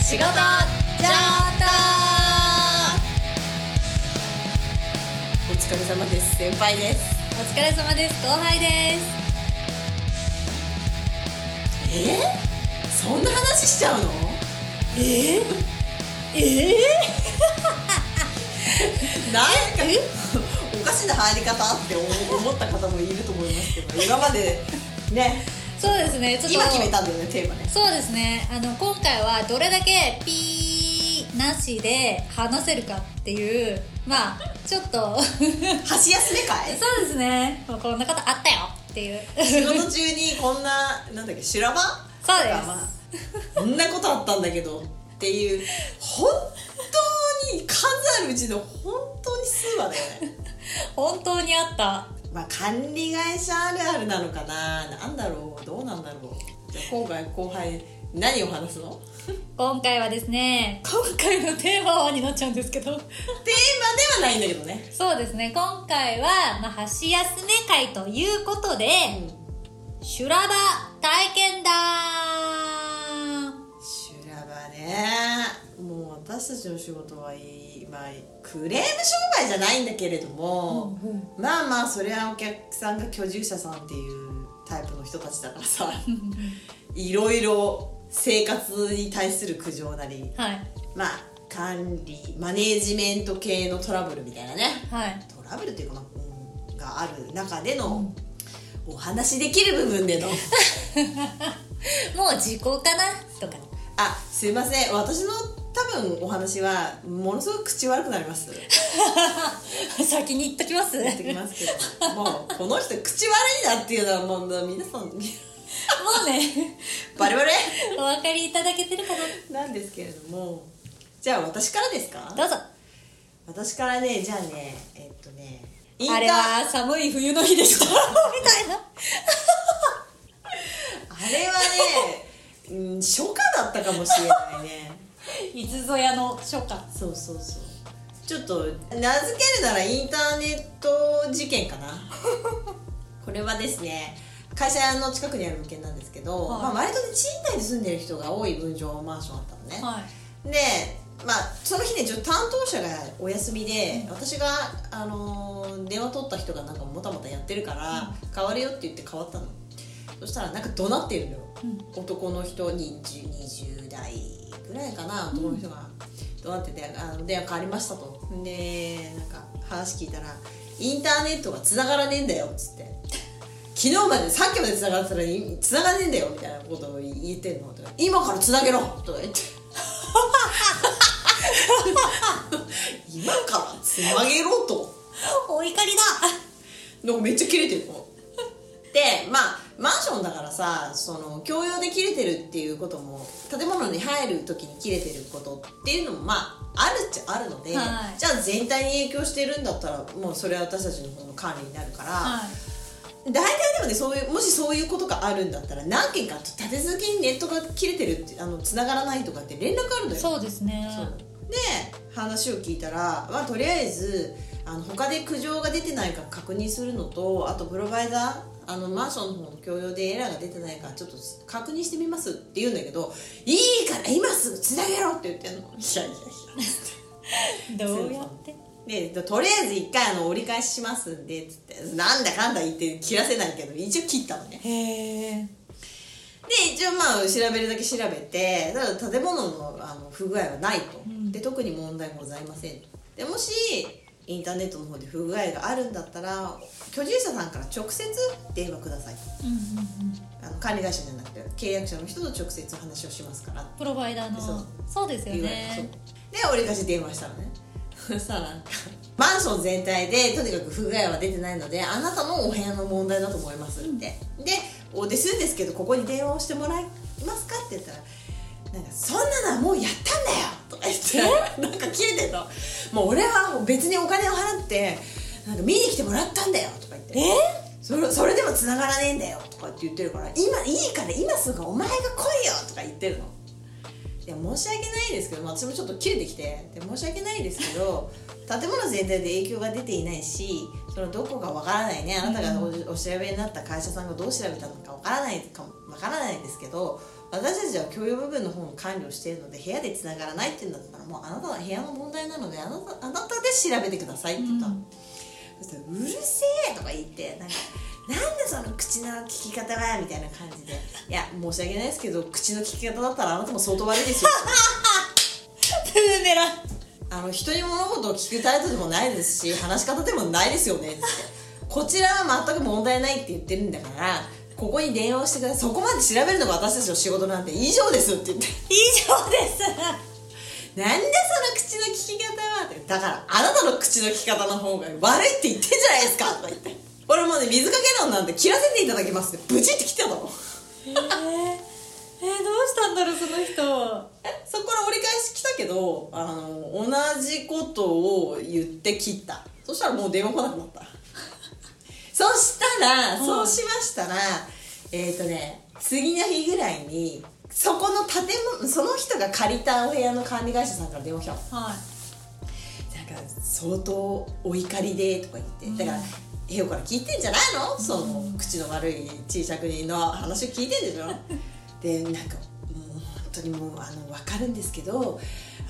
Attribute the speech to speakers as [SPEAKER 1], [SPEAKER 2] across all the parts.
[SPEAKER 1] 仕事ちょっとお疲れ様です先輩です
[SPEAKER 2] お疲れ様です後輩です
[SPEAKER 1] えー、そんな話しちゃうのえー、えー、なんかおかしな入り方って思思った方もいると思いますけど今までね
[SPEAKER 2] そうですねちょっと
[SPEAKER 1] 今決めたんだよねテーマね
[SPEAKER 2] そうですねあの今回はどれだけピーなしで話せるかっていうまあちょっと そう
[SPEAKER 1] 箸休め会
[SPEAKER 2] ですねもうこんなことあったよっていう
[SPEAKER 1] 仕事中にこんななんだっけ修羅場
[SPEAKER 2] そうです
[SPEAKER 1] とかまあこんなことあったんだけどっていう本当に数あるうちの本当に数話だよね
[SPEAKER 2] 本当にあった
[SPEAKER 1] まあ管理会社あるあるなのかななんだろうどうなんだろうじゃあ今回後輩何を話すの
[SPEAKER 2] 今回はですね今回のテーマはになっちゃうんですけど
[SPEAKER 1] テーマではないんだけどね、
[SPEAKER 2] そうですね今回は、まあ、箸休め会ということで、修羅場体験談
[SPEAKER 1] 修羅場ねもう私たちの仕事はいいまあクレーム商売じゃないんだけれども、まあまあそれはお客さんが居住者さんっていうタイプの人たちだからさいろいろ生活に対する苦情なり
[SPEAKER 2] はい
[SPEAKER 1] まあ管理マネージメント系のトラブルみたいなね
[SPEAKER 2] はい
[SPEAKER 1] トラブルっていうかな、うん、がある中での、お話しできる部分での
[SPEAKER 2] もう時効かなとか
[SPEAKER 1] あすいません私の多分お話はものすごく口悪くなります
[SPEAKER 2] 先に言っときます
[SPEAKER 1] 言ってきますけどもうこの人口悪いなっていうのはもう皆さん
[SPEAKER 2] もうね
[SPEAKER 1] バレバレ
[SPEAKER 2] お分かりいただけてるかな
[SPEAKER 1] なんですけれどもじゃあ私からですか
[SPEAKER 2] どうぞ
[SPEAKER 1] 私からねじゃあねえっとねインター
[SPEAKER 2] あれは寒い冬の日でした みたいな
[SPEAKER 1] あれはね、 うん、初夏だったかもしれないね
[SPEAKER 2] いつぞやの初夏
[SPEAKER 1] そうそうそうちょっと名付けるならインターネット事件かなこれはですね会社の近くにある物件なんですけど、
[SPEAKER 2] はい
[SPEAKER 1] まあ、割とね賃貸で住んでる人が多い分譲マンションだったのね、
[SPEAKER 2] はい
[SPEAKER 1] でまあその日ねちょっと担当者がお休みで、私が、あのー電話取った人がなんかもたもたやってるから、変わるよって言って変わったのそしたらなんか怒鳴ってるのよ、男の人に 20, 20代ぐらいかな男の人が怒鳴ってて「あの電話変わりましたと」でなんか話聞いたら「インターネットが繋がらねえんだよ」っつって。昨日までさっきまで繋がってたのに繋がんねえんだよみたいなことを言ってんのとか今から繋げろとか言って今から繋げろと
[SPEAKER 2] お怒りだ
[SPEAKER 1] なんかめっちゃ切れてるのでまあマンションだからさその共用で切れてるっていうことも建物に入る時に切れてることっていうのもまああるっちゃあるので、
[SPEAKER 2] はい
[SPEAKER 1] じゃあ全体に影響してるんだったらもうそれは私たちの方の管理になるから、
[SPEAKER 2] はい
[SPEAKER 1] 大体でもねそういうもしそういうことがあるんだったら何件か立て続けにネットが切れてるってあの繋がらないとかって連絡あるのよ
[SPEAKER 2] そうですね
[SPEAKER 1] そうで話を聞いたら、まあ、とりあえずあの他で苦情が出てないか確認するのとあとプロバイザーあのマンションの方の共用でエラーが出てないかちょっと確認してみますって言うんだけど「いいから今すぐ繋げろ!」って言ってんのいやいやいや
[SPEAKER 2] どうやって
[SPEAKER 1] でとりあえず一回あの折り返ししますんでっつってなんだかんだ言って切らせないけど一応切ったのね
[SPEAKER 2] へえ
[SPEAKER 1] で一応まあ調べるだけ調べてただ建物のあの不具合はないと、で特に問題ございませんとでもしインターネットの方で不具合があるんだったら居住者さんから直接電話くださいと
[SPEAKER 2] うんうんうん
[SPEAKER 1] あの管理会社じゃなくて契約者の人と直接話をしますから
[SPEAKER 2] プロバイダーの
[SPEAKER 1] そう
[SPEAKER 2] そうですよ
[SPEAKER 1] 言われたそう
[SPEAKER 2] ね
[SPEAKER 1] で俺たち電話したの ねそしたらなんかマンション全体でとにかく不具合は出てないのであなたのお部屋の問題だと思いますって、で「おでするんですけどここに電話をしてもらえますか?」って言ったら「なんかそんなのはもうやったんだよ!」とか言ってなんか切れてんのもう俺はもう別にお金を払ってなんか見に来てもらったんだよとか言って
[SPEAKER 2] え
[SPEAKER 1] それそれでも繋がらねえんだよとかって言ってるから今いいから今すぐお前が来いよとか言ってるのいや申し訳ないですけどまあ私もちょっと切れてきてで申し訳ないですけど建物全体で影響が出ていないしそのどこかわからないねあなたがおお調べになった会社さんがどう調べたのかわからないかもわからないですけど私たちは共用部分の方の管理をしているので部屋でつながらないっていうんだったらもうあなたの部屋の問題なのであなたあなたで調べてくださいって言ったの、そしたらうるせえ!」とか言ってなんか「なんでその口の聞き方が」みたいな感じで「いや申し訳ないですけど口の聞き方だったらあなたも相当悪いですよ」
[SPEAKER 2] ブーメラン
[SPEAKER 1] あの人に物事を聞く態度でもないですし話し方でもないですよねっつってこちらは全く問題ないって言ってるんだからここに電話をしてくださいそこまで調べるのが私たちの仕事なんて以上ですって言って
[SPEAKER 2] 以上です
[SPEAKER 1] なんでその口の聞き方はってだからあなたの口の聞き方の方が悪いって言ってんじゃないですかとか言って俺もうね水かけ論なんて切らせていただきますってブチって来てたの
[SPEAKER 2] えー、えーどうしたんだろうその人
[SPEAKER 1] えそこから折り返し来たけどあの同じことを言って切ったそしたらもう電話来なくなった そしたら
[SPEAKER 2] うん
[SPEAKER 1] そうしましたらえっ、とね次の日ぐらいにそこの建物その人が借りたお部屋の管理会社さんから電話来たの
[SPEAKER 2] はい
[SPEAKER 1] なんか相当お怒りでとか言ってだからヘヨから聞いてんじゃないのその口の悪い小さく人の話を聞いてんでしょでなんかもう本当にもうあの分かるんですけどあ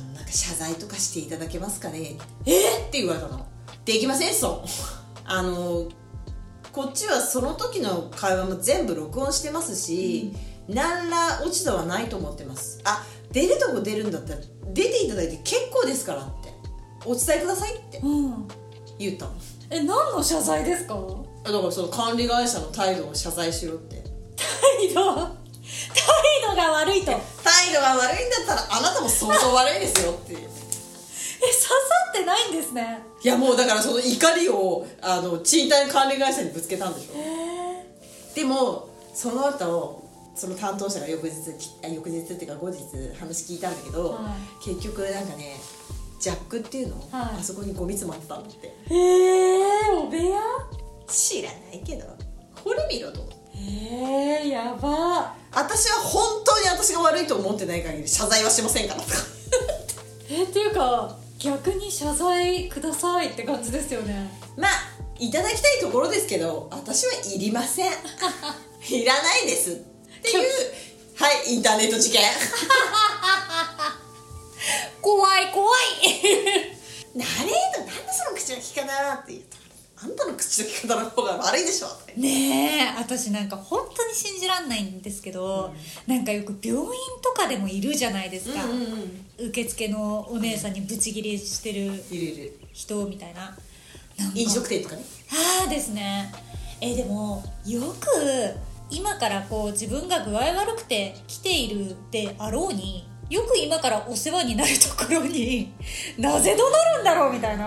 [SPEAKER 1] のなんか謝罪とかしていただけますかねえっ、って言われたのできませんそうあのこっちはその時の会話も全部録音してますし、何ら落ち度はないと思ってますあ出るとこ出るんだったら出ていただいて結構ですからってお伝えくださいって
[SPEAKER 2] うん
[SPEAKER 1] 言ったの
[SPEAKER 2] え何の謝罪ですか
[SPEAKER 1] だからその管理会社の態度を謝罪しろって
[SPEAKER 2] 態度態度が悪いとえ
[SPEAKER 1] 態度が悪いんだったらあなたも相当悪いですよっていう
[SPEAKER 2] 刺さってないんですね
[SPEAKER 1] いやもうだからその怒りをあの賃貸管理会社にぶつけたんでしょ
[SPEAKER 2] えー、
[SPEAKER 1] でもその後その担当者が翌日きあ翌日っていうか後日話聞いたんだけど、
[SPEAKER 2] は
[SPEAKER 1] 結局なんかねジャックっていうの、
[SPEAKER 2] はい
[SPEAKER 1] あそこにゴミ詰まってたんだって
[SPEAKER 2] えー、お部屋
[SPEAKER 1] 知らないけどこれ見ろと
[SPEAKER 2] えー、やば
[SPEAKER 1] 私は本当に私が悪いと思ってない限り謝罪はしませんから とか
[SPEAKER 2] えっていうか逆に謝罪くださいって感じですよね
[SPEAKER 1] まあいただきたいところですけど私はいり ませんいらないですっていうはいインターネット事件
[SPEAKER 2] 怖い怖い
[SPEAKER 1] なれとなんでその口の利き方だって言ったあんたの口の利き方の方が悪いでしょって
[SPEAKER 2] ねえ私なんか本当に信じらんないんですけど、なんかよく病院とかでもいるじゃないですか、
[SPEAKER 1] うんうん
[SPEAKER 2] 受付のお姉さんにブチギレしてる
[SPEAKER 1] いるいる
[SPEAKER 2] 人みたいななんか
[SPEAKER 1] 飲食店とかね
[SPEAKER 2] ああですねえーでもよく今からこう自分が具合悪くて来ているであろうによく今からお世話になるところに なぜ怒鳴るんだろうみたいな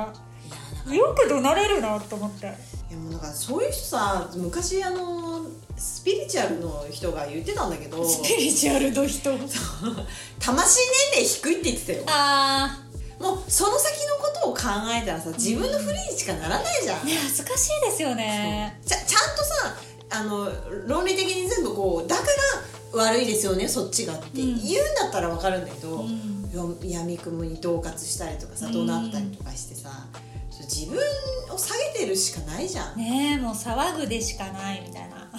[SPEAKER 2] い
[SPEAKER 1] やなんか
[SPEAKER 2] よく怒鳴れるなと思って
[SPEAKER 1] いやもうなんかそういう人さ昔あのスピリチュアルの人が言ってたんだけど
[SPEAKER 2] スピリチュアルの人
[SPEAKER 1] 魂年齢低いって言ってたよ
[SPEAKER 2] あ
[SPEAKER 1] もうその先のことを考えたらさ自分の不利にしかならないじゃん
[SPEAKER 2] あね恥ずかしいですよね
[SPEAKER 1] ちゃちゃんとさあの論理的に全部こうだから悪いですよねそっちがって言うんだったら分かるんだけど、
[SPEAKER 2] ん
[SPEAKER 1] よ闇雲に恫喝したりとかさ
[SPEAKER 2] うん
[SPEAKER 1] 怒鳴ったりとかしてさ、そう自分を下げてるしかないじゃん、
[SPEAKER 2] ねえもう騒ぐでしかないみたいな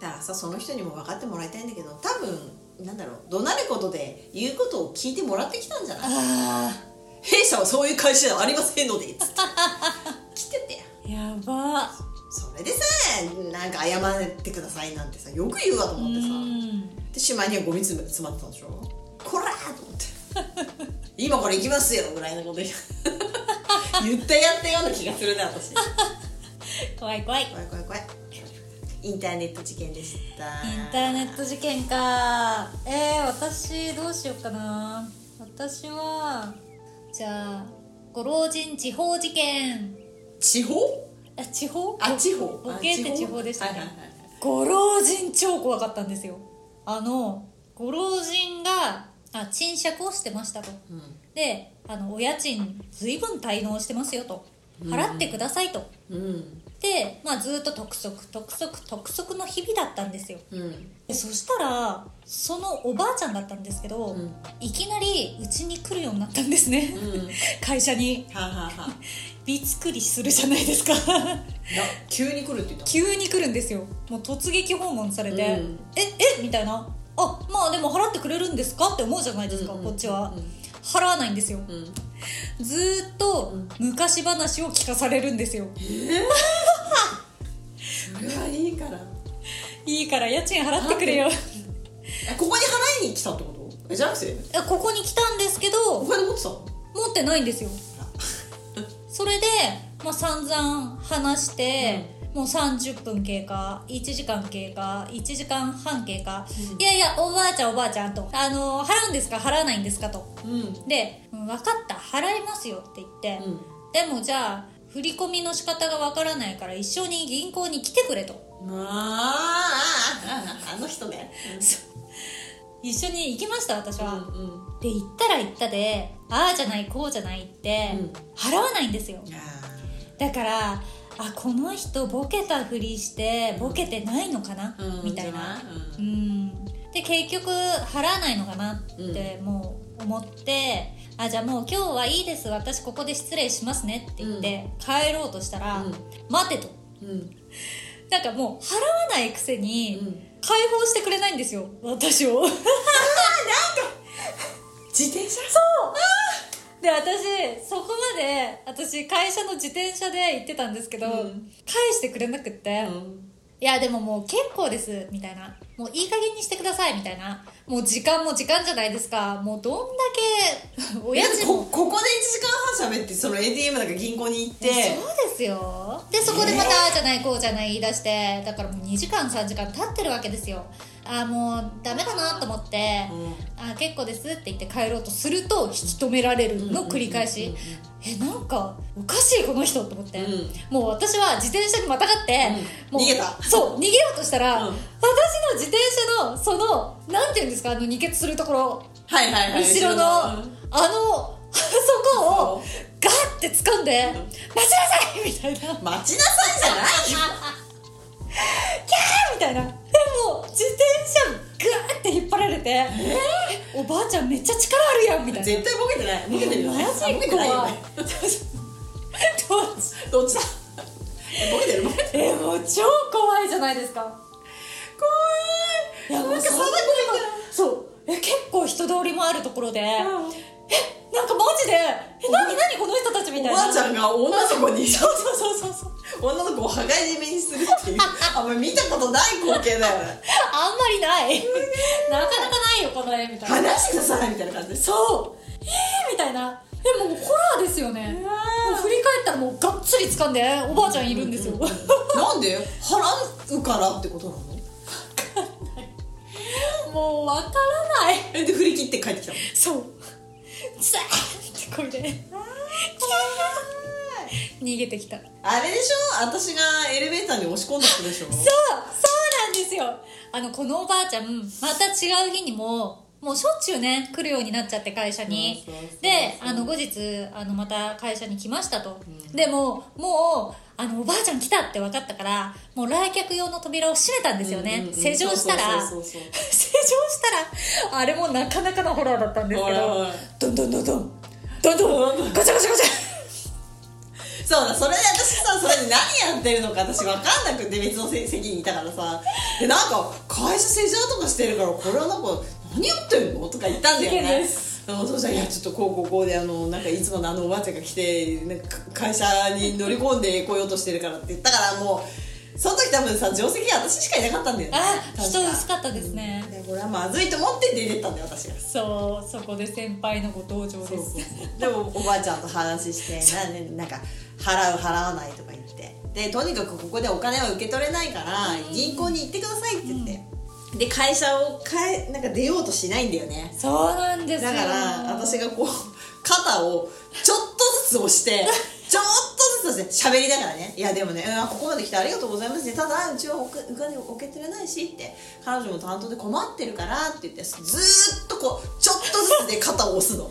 [SPEAKER 1] だからさその人にも分かってもらいたいんだけど多分なんだろう怒鳴ることで言うことを聞いてもらってきたんじゃない
[SPEAKER 2] あ
[SPEAKER 1] 弊社はそういう会社ではありませんのでつって 来てて
[SPEAKER 2] あやば
[SPEAKER 1] それでさなんか謝ってくださいなんてさよく言うわと
[SPEAKER 2] う
[SPEAKER 1] 思ってさ、
[SPEAKER 2] ん
[SPEAKER 1] でしまいにはゴミ詰め詰まってたんでしょこらーと思って今これ行きますよぐらいのこと言う言ったやったような気がするね私怖
[SPEAKER 2] 怖い怖いイン
[SPEAKER 1] い怖い怖いインターネット事件でした
[SPEAKER 2] ターネット事件かえー、私どうしようかな私はじゃあご老人地方事件
[SPEAKER 1] 地方
[SPEAKER 2] あ地方
[SPEAKER 1] あ地方
[SPEAKER 2] ボケって地方でしたね、
[SPEAKER 1] はいはいはい
[SPEAKER 2] ご老人超怖かったんですよあのご老人があ賃借をしてましたとであのお家賃随分滞納してますよと払ってくださいと、
[SPEAKER 1] うんうん
[SPEAKER 2] で、まあ、ずっと督促督促督促の日々だったんですよ
[SPEAKER 1] うん
[SPEAKER 2] でそしたらそのおばあちゃんだったんですけど、
[SPEAKER 1] うん
[SPEAKER 2] いきなりうちに来るようになったんですね、
[SPEAKER 1] うん
[SPEAKER 2] 会社に
[SPEAKER 1] はあはあはあな
[SPEAKER 2] びっくりするじゃないですか
[SPEAKER 1] 急に来るって言ったの
[SPEAKER 2] 急に来るんですよもう突撃訪問されて「
[SPEAKER 1] うん
[SPEAKER 2] ええみたいな「あまあでも払ってくれるんですかって思うじゃないですか、
[SPEAKER 1] うんうん
[SPEAKER 2] こっちは、払わないんですよ
[SPEAKER 1] うんうん
[SPEAKER 2] ずーっと昔話を聞かされるんですよ
[SPEAKER 1] それはいいから
[SPEAKER 2] いいから家賃払ってくれよ
[SPEAKER 1] えここに払いに来たってことえじゃなくて
[SPEAKER 2] ここに来たんですけ
[SPEAKER 1] お
[SPEAKER 2] ど
[SPEAKER 1] 金持ってたの
[SPEAKER 2] 持ってないんですよそれで、まあ、散々話して、もう30分経過1時間経過1時間半経過、
[SPEAKER 1] うん
[SPEAKER 2] いやいやおばあちゃんおばあちゃんとあの払うんですか払わないんですかと
[SPEAKER 1] うん
[SPEAKER 2] でうん分かった払いますよって言って、でもじゃあ振り込みの仕方が分からないから一緒に銀行に来てくれと
[SPEAKER 1] うんまああああの人ね
[SPEAKER 2] 一緒に行きました私
[SPEAKER 1] うん
[SPEAKER 2] は、
[SPEAKER 1] うん
[SPEAKER 2] で行ったら行ったでああじゃないこうじゃないって、
[SPEAKER 1] うん
[SPEAKER 2] 払わないんですよ
[SPEAKER 1] いや
[SPEAKER 2] だからあこの人ボケたふりしてボケてないのかな、
[SPEAKER 1] ーうん
[SPEAKER 2] みたい
[SPEAKER 1] じゃ
[SPEAKER 2] な
[SPEAKER 1] あ
[SPEAKER 2] うんで結局払わないのかなってもう思って、あじゃあもう今日はいいです私ここで失礼しますねって言って帰ろうとしたら「
[SPEAKER 1] うん
[SPEAKER 2] 待て」と
[SPEAKER 1] うんうん
[SPEAKER 2] なんかもう払わないくせに
[SPEAKER 1] うん
[SPEAKER 2] 解放してくれないんですよ私を
[SPEAKER 1] 自転車
[SPEAKER 2] で私そこまで私会社の自転車で行ってたんですけど、
[SPEAKER 1] うん
[SPEAKER 2] 返してくれなくって、
[SPEAKER 1] うん
[SPEAKER 2] いやでももう結構ですみたいなもういい加減にしてくださいみたいなもう時間も時間じゃないですかもうどんだけ親父
[SPEAKER 1] こ
[SPEAKER 2] も
[SPEAKER 1] ここで1時間半喋ってその ATM なんか銀行に行って
[SPEAKER 2] そうですよでそこでまたああじゃないこうじゃない言い出してだからもう2時間3時間経ってるわけですよああもうダメだなと思って
[SPEAKER 1] うん
[SPEAKER 2] あ結構ですって言って帰ろうとすると引き止められるの繰り返しえなんかおかしいこの人と思って、
[SPEAKER 1] うん
[SPEAKER 2] もう私は自転車にまたがって、
[SPEAKER 1] うん
[SPEAKER 2] もう
[SPEAKER 1] 逃げた
[SPEAKER 2] そう逃げようとしたら、
[SPEAKER 1] うん
[SPEAKER 2] 私の自転車のそのなんていうんですかあの二血するところ
[SPEAKER 1] はいはいはい
[SPEAKER 2] 後ろのあ
[SPEAKER 1] うん
[SPEAKER 2] のそこをガッて掴んで「
[SPEAKER 1] うん
[SPEAKER 2] 待ちなさい!」みたいな「
[SPEAKER 1] 待ちなさいじゃない
[SPEAKER 2] みたいなでもう自転車ガーって引っ張られて「おばあちゃんめっちゃ力あるやん」みたいな
[SPEAKER 1] 絶対ボケてないボケてるよね
[SPEAKER 2] マジ
[SPEAKER 1] ボケてないよ
[SPEAKER 2] 怖い
[SPEAKER 1] ね
[SPEAKER 2] どうし
[SPEAKER 1] どっちだボケてるボケてる
[SPEAKER 2] えもう超怖いじゃないですかい
[SPEAKER 1] 怖
[SPEAKER 2] や
[SPEAKER 1] い
[SPEAKER 2] も
[SPEAKER 1] な
[SPEAKER 2] うん
[SPEAKER 1] か
[SPEAKER 2] そ
[SPEAKER 1] 貞
[SPEAKER 2] んな
[SPEAKER 1] 子みたいな
[SPEAKER 2] そうえ結構人通りもあるところで、えなんかマジでえ何何この人たちみたい
[SPEAKER 1] お
[SPEAKER 2] な
[SPEAKER 1] ばあちゃんが女の子に
[SPEAKER 2] そうそうそうそうそう
[SPEAKER 1] 女の子を破壊締めにする っていうあんまり見たことない光景だよね
[SPEAKER 2] あんまりないなかなかないよこの絵みたいな
[SPEAKER 1] 話してくださいみたいな感じ です
[SPEAKER 2] そうえー、みたいなえもうホラーですよねもう振り返ったらもうがっつり掴んでおばあちゃんいるんですよ、
[SPEAKER 1] なんで払うからってことなの
[SPEAKER 2] もうわからない
[SPEAKER 1] えで振り切って帰ってきたの
[SPEAKER 2] そうザーってこれで逃げてきたそう
[SPEAKER 1] あれでしょ私がエレベーターに押し込んだ人で しょ
[SPEAKER 2] そうなんですよあのこのおばあちゃんまた違う日にももうしょっちゅうね来るようになっちゃって会社に
[SPEAKER 1] そうそうそうそう
[SPEAKER 2] であの後日あのまた会社に来ましたと、でももうあのおばあちゃん来たって分かったからもう来客用の扉を閉めたんですよね、
[SPEAKER 1] うんうんうん
[SPEAKER 2] 施錠したら
[SPEAKER 1] そうそうそ
[SPEAKER 2] 成
[SPEAKER 1] うそ
[SPEAKER 2] 長したらあれもなかなかのホラーだったんです
[SPEAKER 1] ほ
[SPEAKER 2] け
[SPEAKER 1] ら
[SPEAKER 2] ど
[SPEAKER 1] ほら
[SPEAKER 2] どんどんどんどんどんどんガチャガチャガチ
[SPEAKER 1] そうだそれで私さそれで何やってるのか私分かんなくて別のせ席にいたからさでなんか会社施錠とかしてるからこれはなんか何やってんのとか言ったんだ
[SPEAKER 2] 事
[SPEAKER 1] よ
[SPEAKER 2] 件
[SPEAKER 1] ね
[SPEAKER 2] です
[SPEAKER 1] でもそうしたら「いやちょっとこうこうこうであのなんかいつものあのおばあちゃんが来てなんか会社に乗り込んで来ようとしてるから」って言ったからもうその時多分さ定石が私しかいなかったんだよね
[SPEAKER 2] あ
[SPEAKER 1] 確
[SPEAKER 2] 人薄かったですね
[SPEAKER 1] でこれはまずいと思って出てったんだよ私が
[SPEAKER 2] ャそうそこで先輩のご登場
[SPEAKER 1] そ
[SPEAKER 2] で
[SPEAKER 1] うそう
[SPEAKER 2] す
[SPEAKER 1] そう でもおばあちゃんと話してなねなんか払う払わないとか言ってでとにかくここでお金は受け取れないから銀行に行ってくださいって言って、で会社を変えなんか出ようとしないんだよね
[SPEAKER 2] そうなんですよ
[SPEAKER 1] だから私がこう肩をちょっとずつ押 してちょっとずつ押して喋りながらねいやでもね、うんここまで来てありがとうございますねただうちはお金を受け取れないしって彼女も担当で困ってるからって言ってずーっとこうちょっとずつで肩を押すの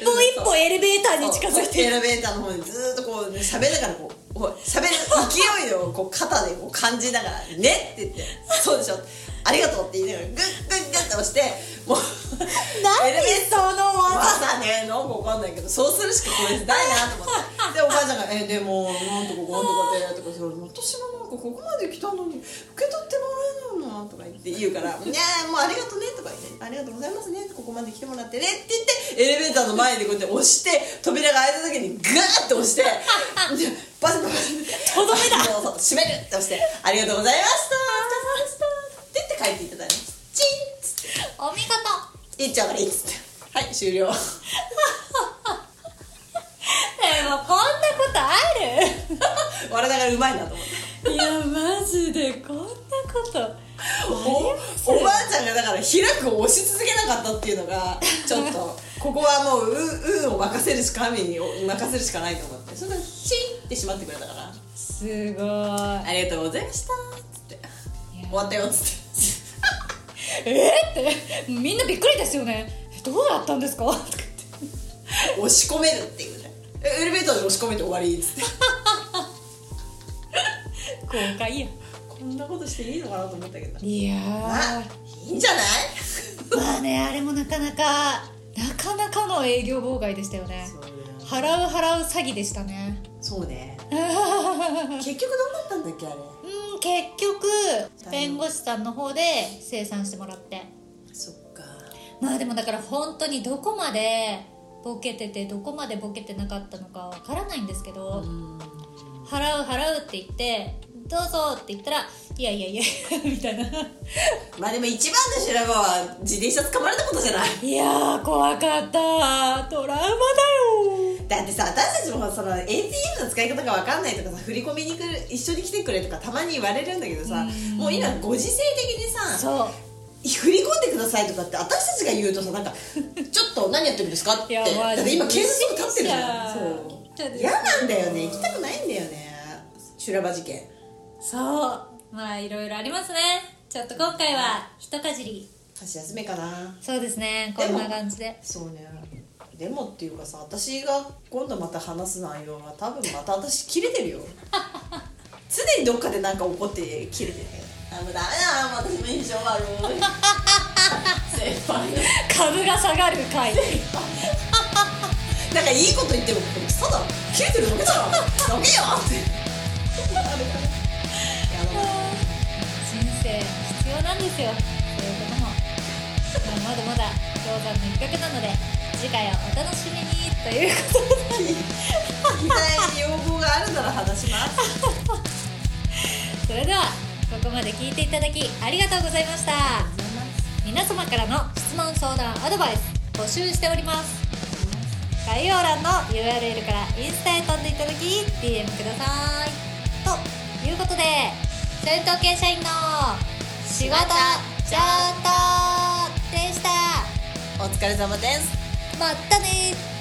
[SPEAKER 2] 一歩一歩エレベーターに近づいて
[SPEAKER 1] エレベーターの方にずーっとこうね喋りながらこうこう喋る勢いをこ う肩でこう感じながら「ね」って言って「そうでしょ」ありがとう」って言いながらグッグッグッって押してもうエレベ
[SPEAKER 2] 何
[SPEAKER 1] ーター
[SPEAKER 2] その
[SPEAKER 1] ま
[SPEAKER 2] 技
[SPEAKER 1] だねなんかわかんないけどそうするしかこれないなと思ってでおばあちゃんが「えでもなんとかこうなんとかで」とかそれ私もなんかここまで来たのに受け取ってもらえないのもん」とか言って言うから「いやーもうありがとね」とか言って「ありがとうございますね」ここまで来てもらってね」って言ってエレベーターの前でこうやって押して扉が開いた時にガーって押してでバンバンバン
[SPEAKER 2] とどめだ
[SPEAKER 1] あの閉めるって押して「ありがとうございました」って言って帰っていただいて「チン!」っつって
[SPEAKER 2] お見事
[SPEAKER 1] 「いっちゃんからいい」っつって「はい終了」
[SPEAKER 2] でもこんなことあ
[SPEAKER 1] 我ながらうまいなと思って。
[SPEAKER 2] るいやマジでこんなこと
[SPEAKER 1] おおばあちゃんがだから開くを押し続けなかったっていうのがちょっ とここはもうう運を任せるしか神に任せるしかないと思ってそれでチンってしまってくれたから「
[SPEAKER 2] すごい
[SPEAKER 1] ありがとうございました」っつって「終わったよ」っつって
[SPEAKER 2] えーってみんなびっくりですよねえどうだったん ですかとか言って
[SPEAKER 1] 押し込めるっていうねえエレベーターで押し込めて終わりっつって
[SPEAKER 2] 公開や
[SPEAKER 1] こんなことしていいのかなと思ったけど
[SPEAKER 2] いや
[SPEAKER 1] あ
[SPEAKER 2] ー
[SPEAKER 1] いいんじゃない
[SPEAKER 2] まあねあれもなかなかなかなかの営業妨害でしたよね
[SPEAKER 1] そうね
[SPEAKER 2] 払う払う詐欺でしたね
[SPEAKER 1] そ うね結局どうなったんだっけあれ
[SPEAKER 2] うん結局弁護士さんの方で清算してもらって
[SPEAKER 1] そっか
[SPEAKER 2] まあでもだから本当にどこまでボケててどこまでボケてなかったのかわからないんですけど、払う払うって言ってどうぞって言ったらいやいやいや みたいな
[SPEAKER 1] まあでも一番の修羅場は自転車捕まれたことじゃない
[SPEAKER 2] いやー怖かったトラウマだよ
[SPEAKER 1] だってさ私たちもその ATM の使い方が分かんないとかさ振り込みに来る一緒に来てくれとかたまに言われるんだけどさ
[SPEAKER 2] うん
[SPEAKER 1] もう今ご時世的にさ
[SPEAKER 2] そ
[SPEAKER 1] 振り込んでくださいとかって私たちが言うとさなんかちょっと何やってるんですかっ
[SPEAKER 2] い
[SPEAKER 1] て
[SPEAKER 2] やまあ
[SPEAKER 1] だって今警察も立ってるじゃん
[SPEAKER 2] そう
[SPEAKER 1] そう嫌なんだよね行きたくないんだよね修羅場事件
[SPEAKER 2] うそうまあいろいろありますねちょっと今回はひとかじり
[SPEAKER 1] 箸休めかな
[SPEAKER 2] そうですねこんな感じで
[SPEAKER 1] そうねでもっていうかさ私が今度また話す内容は多分また私切れて るよ常にどっかでなんか怒って切れてるあもうダメだなもう私も印象悪 い先輩
[SPEAKER 2] 株が下がる回
[SPEAKER 1] なんかいいこと言ってもこれただ切れてるだけだろだけよってなるから やばい
[SPEAKER 2] 人生必要なんですよそういうことも、まあ、まだまだ氷山の一角なので次回をお楽しみにということで
[SPEAKER 1] 聞きたい要望があるなら話します
[SPEAKER 2] それではここまで聞いていただきありがとうございました皆様からの質問相談アドバイス募集しております概要欄の URL からインスタへ飛んでいただき DM くださいということで中東系社員の仕事上等でした
[SPEAKER 1] お疲れ様です
[SPEAKER 2] まったねー